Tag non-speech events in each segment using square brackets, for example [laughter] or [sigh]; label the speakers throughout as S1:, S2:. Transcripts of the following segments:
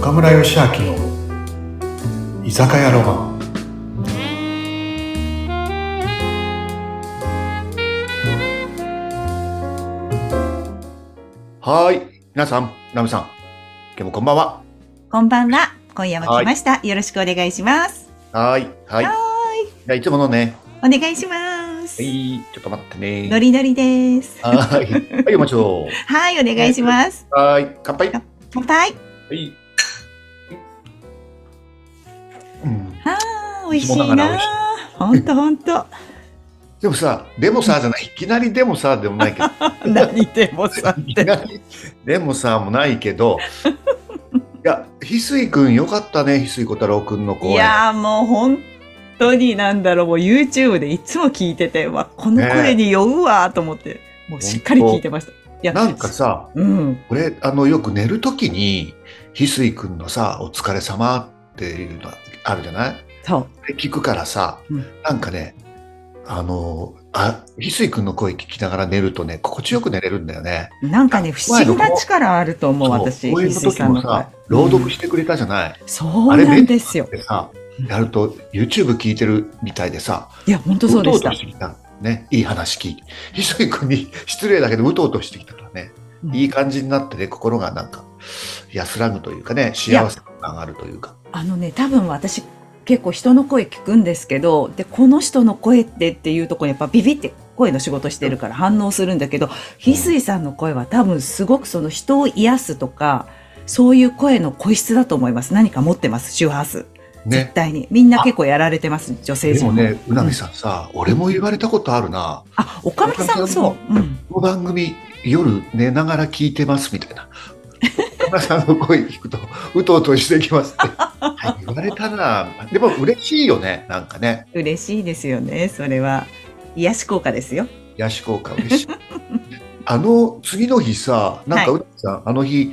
S1: 岡村義明の居酒屋ロマン
S2: はーい。皆さん、ナミさん。今日もこんばんは。
S3: こんばんは。今夜も来ました。よろしくお願いします。
S2: はーい。はい。
S3: は
S2: じゃあいつものね。
S3: お願いします。
S2: はい。ちょっと待ってね。
S3: ノリノリです。
S2: はーい。はい、お待ちを。
S3: はい、お願いします。
S2: はーい。乾杯。は
S3: 乾乾杯。
S2: い。うん。
S3: ああ、美味しい
S2: いつもながら美
S3: な
S2: 味しい。
S3: ほんとほん
S2: [laughs]
S3: と。
S2: でもさ、でもさじゃない。いきなりでもさでもないけど。
S3: 何でもさ
S2: いき。なりでもさもないけ
S3: [laughs]
S2: ど。いや、翡翠くんよかったね。翡翠小太郎くんの公
S3: い
S2: 演。
S3: やーもう本当になんだろう、もう YouTube でいつも聞いてて、わ、この声に酔うわと思って、もうしっかり聞いてました。いや、
S2: なんかさ、
S3: うん。
S2: 俺、あの、よく寝るときに、翡翠くんのさ、お疲れ様っていうのあるじゃない
S3: そう。
S2: で聞くからさ、
S3: うん
S2: なんかね、あの、あ、翡翠くんの声聞きながら寝るとね、心地よく寝れるんだよね。
S3: なんかね、不思議な力あると思う、
S2: そう
S3: 私。
S2: こういう
S3: 翡翠
S2: 時
S3: さん
S2: も
S3: の声
S2: さ、朗読してくれたじゃない、
S3: そうなんですよ。
S2: でさ、やると YouTube 聞いてるみたいでさ、
S3: いや、本当そうで
S2: う
S3: し
S2: とう
S3: た
S2: と。してきた。ね、いい話聞いて。翡翠くんに失礼だけど、うとうとしてきたからね、
S3: うん
S2: いい感じになってね、心がなんか安らぐというかね、幸せ感があるというか。
S3: あのね、多分私、結構人の声聞くんですけど、で、この人の声ってっていうところやっぱビビって声の仕事してるから反応するんだけど、翡翠さんの声は多分すごくその人を癒すとか、そういう声の個室だと思います。何か持ってます、周波数。
S2: ね
S3: 絶。対に。みんな結構やられてます、女性
S2: で
S3: 陣
S2: も
S3: も。
S2: ね、うなみさんさ、俺も言われたことあるな。
S3: あ、岡村さん、そう。うん。
S2: この番組夜寝ながら聞いてますみたいな。岡村さんの声聞くと、うとうとしてきます
S3: [laughs]
S2: って。はい言われたな。でも嬉しいよね。なんかね。
S3: 嬉しいですよね、それは。癒し効果ですよ。
S2: 癒し効果嬉しい。 [laughs] あの、次の日さ、なんかう
S3: は
S2: なみさん、あの日、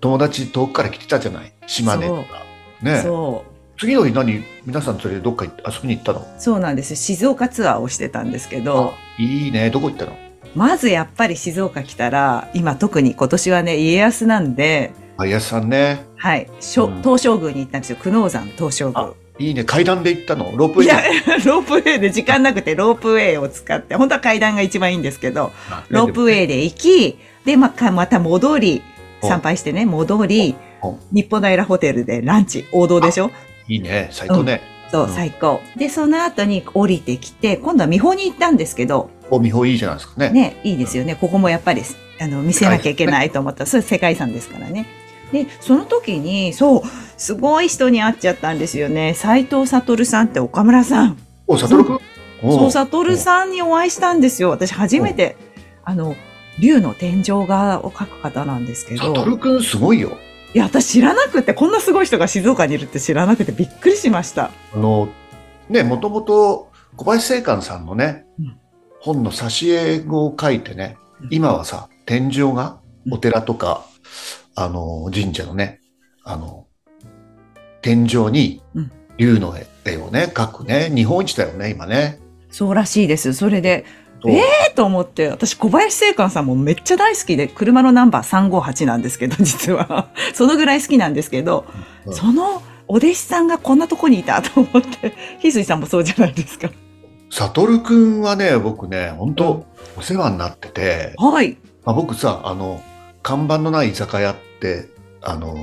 S2: 友達遠くから来てたじゃない島根とか。ね
S3: そう。
S2: 次の日何皆さん連れてどっか行って遊びに行ったの
S3: そうなんです。静岡ツアーをしてたんですけど。
S2: いいね。どこ行ったの
S3: まずやっぱり静岡来たら、今特に今年はね、家康なんで、
S2: あ、安さんね。
S3: はい、しょ
S2: うん
S3: 東照宮に行ったんですよ。久能山東照
S2: あ
S3: 宮。
S2: いいね。階段で行ったのロープウェ
S3: い
S2: イ
S3: や、 [laughs] ロープウェイで時間なくてロープウェイを使って、本当は階段が一番いいんですけど、ロープウ
S2: イ。
S3: ェイで行き、で、まあ、また戻り、
S2: うん
S3: 参拝してね、戻り
S2: うん、
S3: 日本平ホテルでランチ、王道でしょ
S2: いいね。最高ね。
S3: そう
S2: ん
S3: う、最高。で、その後に降りてきて、今度は見本に行ったんですけど、
S2: お美穂いいじゃないですかね。
S3: ね、いいですよね。ここもやっぱり、あの、見せなきゃいけないと思った。それ世界遺産ですからね。で、その時に、そう、すごい人に会っちゃったんですよね。斎藤悟さんって岡村さん。
S2: お、サトル君
S3: そう、悟さんにお会いしたんですよ。私初めて、あの、竜の天井画を描く方なんですけ
S2: サト
S3: ど、
S2: ル君すごいよ。
S3: いや、私知らなくて、こんなすごい人が静岡にいるって知らなくてびっくりしました。
S2: あの、ね、もともと小林正観さんのね、
S3: うん
S2: 本の挿絵を書いてね
S3: うん、
S2: 今はさ、天井が
S3: うん
S2: お寺とか、あの、神社のね、あの、天井に
S3: うん
S2: 竜の絵をね、描くね、日本一だよね、今ね。
S3: そうらしいです。それで、
S2: そう
S3: えと思って、私小林正観さんもめっちゃ大好きで、車のナンバー358なんですけど、 [laughs] 実は。そのぐらい好きなんですけど、
S2: うん
S3: そのお弟子さんがこんなとこにいたと思って、翡翠さんもそうじゃないですか。
S2: サトル君はね、僕ね、本当お世話になってて、
S3: はい。
S2: まあ、僕さあの看板のない居酒屋ってあの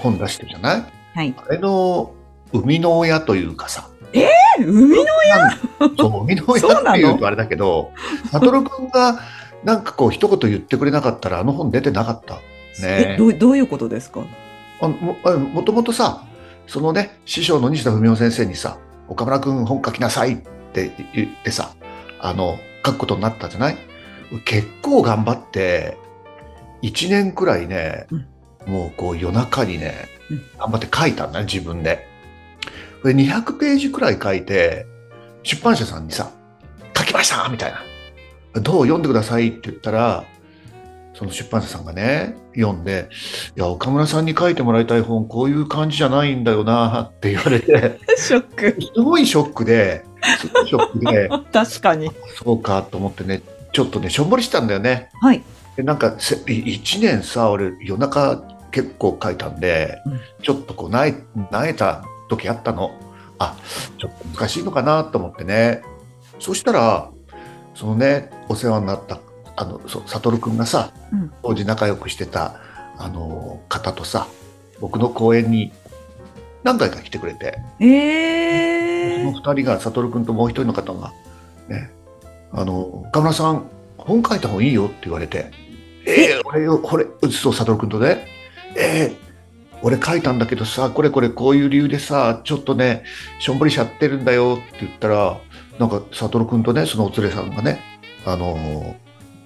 S2: 本出してるじゃない
S3: はい。
S2: あれの生みの親というかさ
S3: え、海の、
S2: そう生みの親
S3: そうなの
S2: っていうとあれだけ
S3: [laughs]
S2: ど悟君がなんかこう一言言ってくれなかったらあの本出てなかったね
S3: えどう、どういうことですか
S2: あもあもともとさそのね師匠の西田文雄先生にさ「岡村君本書きなさい」って言ってさあの書くことになったじゃない結構頑張って1年くらいね、
S3: うん
S2: もうこう夜中にね
S3: うん
S2: 頑張って書いたんだね自分で。で200ページくらい書いて出版社さんにさ「書きました!」みたいな「どう読んでください」って言ったらその出版社さんがね読んでいや、岡村さんに書いてもらいたい本、こういう感じじゃないんだよなって言われて、
S3: ショック。
S2: すごいショックで、すごいショックで、 [laughs]
S3: 確かに。
S2: そうかと思ってね、ちょっとね、しょんぼりしてたんだよね。
S3: はい。
S2: でなんかせ、1年さ、俺、夜中、結構書いたんで、
S3: うん
S2: ちょっとこう、なえ、なえた時あったの。あ、ちょっと難しいのかなと思ってね。そしたら、そのね、お世話になった、あの、そう、悟くんがさ、
S3: うん
S2: 当時仲良くしてた、あの、方とさ、僕の公演に何回か来てくれて、そ
S3: え
S2: の
S3: ー、
S2: 二人が、悟くんともう一人の方が、ね、あの、岡村さん、本書いた方がいいよって言われて、えー、俺よ、これ、そう、悟くんとね、えー、俺書いたんだけどさ、これこれこういう理由でさ、ちょっとね、しょんぼりしちゃってるんだよって言ったら、なんか、悟くんとね、そのお連れさんがね、あのー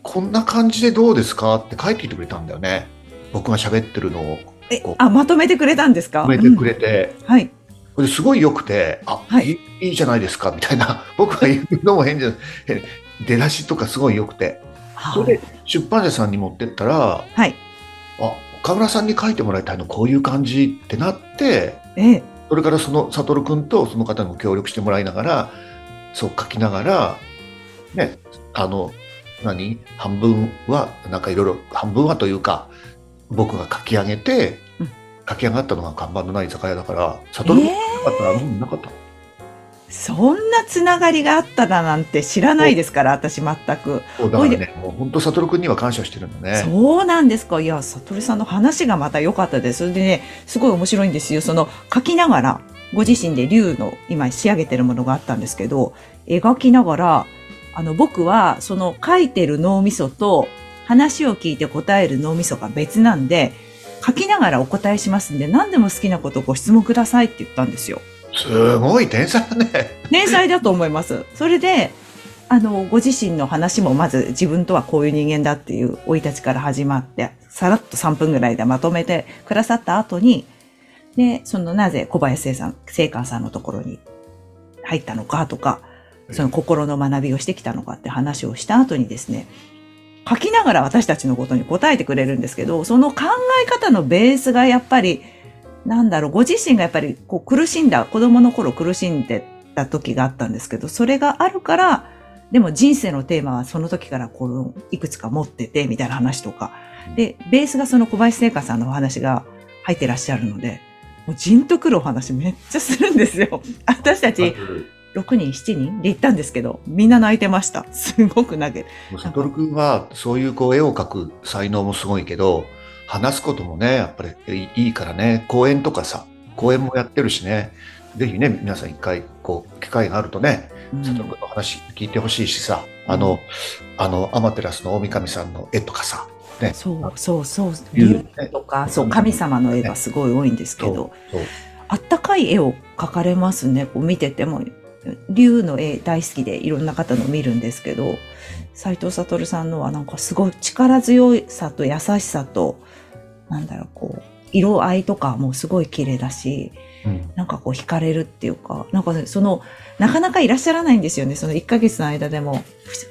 S2: こんな感じでどうですかって書いてきてくれたんだよね。僕が喋ってるのを
S3: え
S2: こう
S3: あまとめてくれたんですか
S2: 褒めてくれて、
S3: うんはい
S2: これすごい良くて、あ、
S3: はい
S2: い、いいじゃないですか、みたいな。 [laughs] 僕が言うのも変じゃない。出だしとかすごい良くて。それで出版社さんに持ってったら、
S3: はい
S2: あ、岡村さんに書いてもらいたいのこういう感じってなって、
S3: ええ
S2: それからその悟くんとその方にも協力してもらいながら、そう書きながら、ね、あの、何半分は、なんかいろいろ、半分はというか、僕が書き上げて
S3: うん、
S2: 書き上がったのが看板のない居酒屋だから、悟くんな
S3: え
S2: かったら、うんなかった。
S3: ーそんなつながりがあっただなんて知らないですから私全く、
S2: そうだからね、もう本当、悟君には感謝してるんだね。
S3: そうなんですかいや悟さんの話がまた良かったですそれでねすごい面白いんですよその書きながらご自身で竜の今仕上げてるものがあったんですけど描きながらあの僕はその書いてる脳みそと話を聞いて答える脳みそが別なんで書きながらお答えしますんで何でも好きなことご質問くださいって言ったんですよ。
S2: すごい天才だね。
S3: 天才だと思います。それで、あの、ご自身の話もまず自分とはこういう人間だっていう生い立ちから始まって、さらっと3分ぐらいでまとめてくださった後に、で、そのなぜ小林聖さん、聖寛さんのところに入ったのかとか、その心の学びをしてきたのかって話をした後にですね、書きながら私たちのことに答えてくれるんですけど、その考え方のベースがやっぱり、なんだろう、ご自身がやっぱりこう苦しんだ、子供の頃苦しんでた時があったんですけど、それがあるから、でも人生のテーマはその時からこのいくつか持っててみたいな話とか。で、ベースがその小林聖華さんのお話が入ってらっしゃるので、もうじんとくるお話めっちゃするんですよ。私たち6人、7人で行ったんですけど、みんな泣いてました。すごく泣け
S2: 悟君は、そういうこう絵を描く才能もすごいけど、話すこともね、やっぱりいいいいからね、講演とかさ、講演もやってるしね、ぜひね、皆さん一回、こう、機会があるとね、
S3: うん
S2: 悟君の話聞いてほしいしさ、あの、あの、アマテラスの大神さんの絵とかさ、
S3: そうそうそう。
S2: い
S3: 竜
S2: う
S3: とか、そう、神様の絵がすごい多いんですけど、
S2: そう
S3: あったかい絵を描かれますね。こう見てても。竜の絵大好きでいろんな方の見るんですけど、斎藤悟さんのはなんかすごい力強さと優しさと、なんだろう、こう、色合いとかもすごい綺麗だし、
S2: うん
S3: なんかこう惹かれるっていうか、なんかねその、なかなかいらっしゃらないんですよね。その1ヶ月の間でも、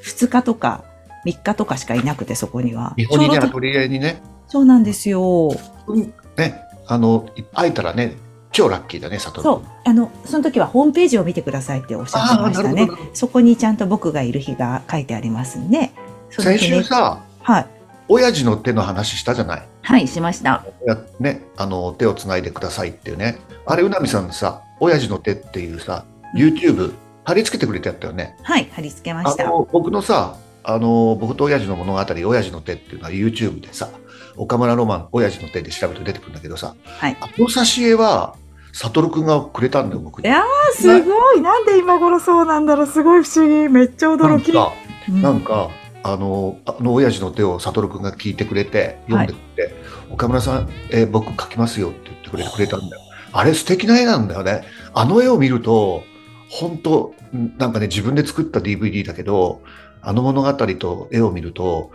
S3: 2日とか3日とかしかいなくて、そこには。
S2: 日本にね、
S3: ちょうど
S2: アトリエにね、
S3: そうなんですよ。
S2: うんね、あの、会えたらね、超ラッキーだね、悟君。
S3: そう。あの、その時はホームページを見てくださいっておっしゃってました
S2: あーなる
S3: ね
S2: ほどなるほ。
S3: そこにちゃんと僕がいる日が書いてありますんで。その
S2: 先
S3: 日ね
S2: 週さ、
S3: はい。
S2: 親父の手の話したじゃない。
S3: はい、しました。
S2: やね、あの手をつないでくださいっていうね。あれ、うなみさんのさ、親父の手っていうさ、YouTube 貼り付けてくれてやったよね。
S3: はい、貼り付けま
S2: あ
S3: した。
S2: の僕のさ、あの僕と親父の物語、親父の手っていうのは YouTube でさ、岡村ロマン、親父の手で調べて出てくるんだけどさ、
S3: はい
S2: あの挿絵は、悟くんがくれたんだよ、僕に。
S3: えあ
S2: す
S3: ごい。なんで今頃そうなんだろう。すごい不思議。めっちゃ
S2: なんか、なんか、あの、あの親父の手を悟くんが聞いてくれて、読んでくれて、岡村さん、えー僕描きますよって言ってくれてくれたんだよ。あれ素敵な絵なんだよね。あの絵を見ると、本当んなんかね、自分で作った DVD だけど、あの物語と絵を見ると、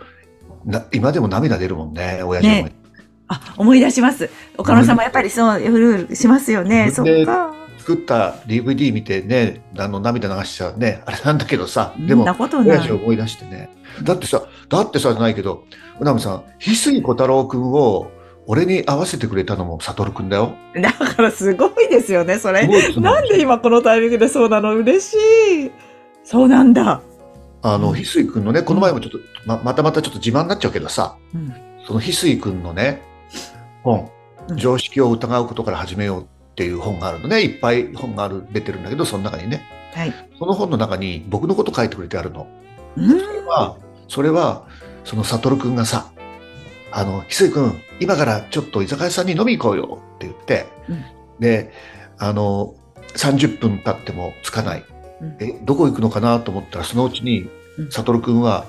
S2: な今でも涙出るもんね、親父の、
S3: ねあ、思い出します。岡村さんもやっぱりそう、うるうるしますよね。
S2: 自
S3: そ
S2: 分で
S3: っか。
S2: 作った DVD 見てね、あの涙流しちゃうね、あれなんだけどさ、で
S3: そん
S2: も
S3: な、ことな
S2: 親父を
S3: い。
S2: 思い出してね。だってさ、だってさじゃないけど、うなみさん、翡翠小太郎くんを俺に合わせてくれたのも悟くんだよ。
S3: だからすごいですよね、それ
S2: す。ごいですね
S3: なんで今このタイミングでそうなの嬉しい。そうなんだ。
S2: あの、翡翠くんのね、この前もちょっと、ままたまたちょっと自慢になっちゃうけどさ、
S3: うん
S2: その翡翠くんのね、本、
S3: うん
S2: 常識を疑うことから始めようっていう本があるのね。いっぱい本がある、出てるんだけど、その中にね。
S3: はい。
S2: その本の中に僕のこと書いてくれてあるの。
S3: うん。
S2: まあ、それは、その悟くんがさ、あの、翡翠くん、今からちょっと居酒屋さんに飲み行こうよって言って、
S3: うん
S2: で、あの、30分経っても着かない。
S3: うん
S2: え、どこ行くのかなと思ったら、そのうちに
S3: う、ん
S2: 悟くんは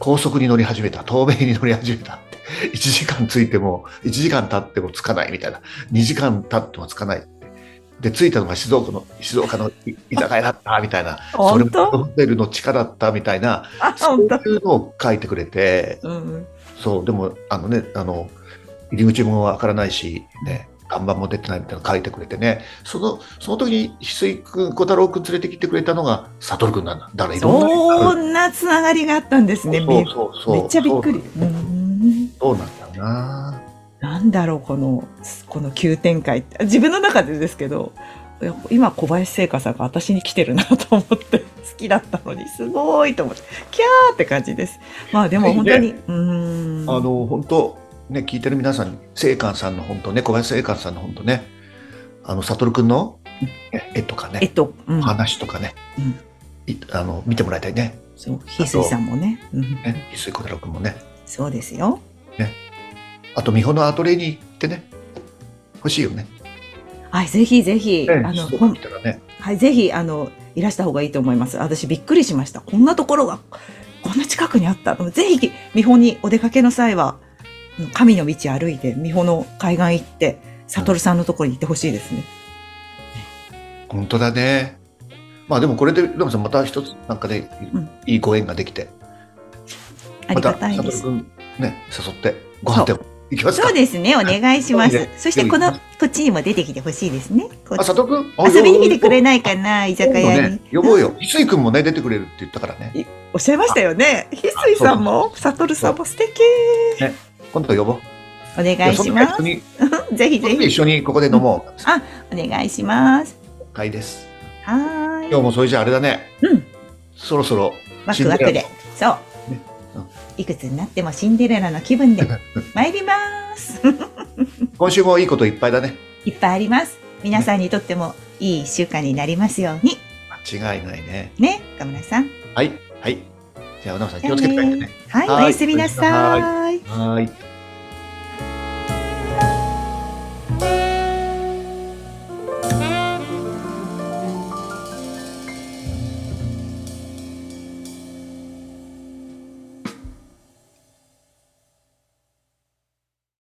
S2: 高速に乗り始めた。透明に乗り始めたって。1時 [laughs] 間着いても、1時間経っても着かないみたいな。2時間経っても着かないって。で、着いたのが静岡の、静岡の居酒屋だったみたいな。それ
S3: 本
S2: も
S3: 当
S2: ホテルの地下だったみたいな、
S3: あ、
S2: そう
S3: 本当。
S2: いうのを書いてくれて、
S3: うん。
S2: そう、でも、あのね、あの、入り口もわからないし、ね、看板も出てないみたいなの書いてくれてね、その、その時に、翡翠くん、小太郎くん連れてきてくれたのが、悟くんなんだ。だからいろんな
S3: そんなつながりがあったんですね。
S2: そう
S3: び
S2: そうそう。
S3: めっちゃびっくり。うん。
S2: そうなんだよな。
S3: なんだろうこのこの急展開って自分の中でですけどいや今小林聖華さんが私に来てるなと思って [laughs] 好きだったのにすごいと思ってキャーって感じですまあでも本当に、
S2: いう
S3: ーん
S2: あの、本当ね、聞いてる皆さんに、聖寛さんの本当ね、小林聖寛さんの本当ね、あの、悟くんのね絵とか
S3: えっ
S2: ね、
S3: と、うん、
S2: 話とかね、いあの、見てもらいたいね。
S3: そう翡翠さんもね、うん、
S2: ね、翡翠小太郎くんもね。
S3: そうですよ
S2: あと、美穂のアトリエに行ってね、欲しいよね。
S3: はいぜひぜひ、あの
S2: 静岡
S3: ほん
S2: 来たらね。
S3: はいぜひあのいらした方がいいと思います私びっくりしましたこんなところがこんな近くにあったぜひ美穂にお出かけの際は神の道歩いて美穂の海岸行って悟さんのところに行ってほしいですね、
S2: 本当だね。まあでもこれで、でもさ、また一つなんかね、
S3: うん
S2: いいご縁ができて、ま
S3: あり
S2: た、
S3: がた
S2: サ
S3: い
S2: ト
S3: で
S2: ル
S3: す
S2: くん、ね、誘って、ご飯でも行きますか
S3: そうですねお願いし
S2: そ
S3: ま
S2: う
S3: す
S2: ね
S3: そしてこ
S2: よ
S3: の
S2: い
S3: こっちにも出てきてほしいですね
S2: あ、
S3: こう
S2: 佐藤くん、あ
S3: 遊びに来てくれ
S2: い
S3: ないかな居
S2: 居
S3: 酒屋に、
S2: 呼ぼうよ。翡翠くんもね、出てくれるって言ったからね。
S3: おっしゃいましたよね翡翠さんも悟さんも素敵
S2: 今度呼ぼう。
S3: お願いしま
S2: その時に
S3: すぜひ
S2: その
S3: ぜ
S2: 時
S3: ひ
S2: 一緒にここで飲もう。
S3: あお願いします
S2: 会です。
S3: はーい
S2: 今日もそれじゃあれだね。
S3: うん。
S2: そろそろ、
S3: ワクワクで。そう
S2: ねうん。
S3: いくつになってもシンデレラの
S2: [laughs]
S3: 気分で参ります。 [laughs]
S2: 今週もいいこといっぱいだね。
S3: いっぱいあります。皆さんにとってもいい一週間になりますように。
S2: 間違いないね。
S3: ね、岡村さん。
S2: はい。はい。じゃあ、おなおさん気をつけて帰ってね。
S3: はい、
S2: はい
S3: おやすみなさ
S2: はい。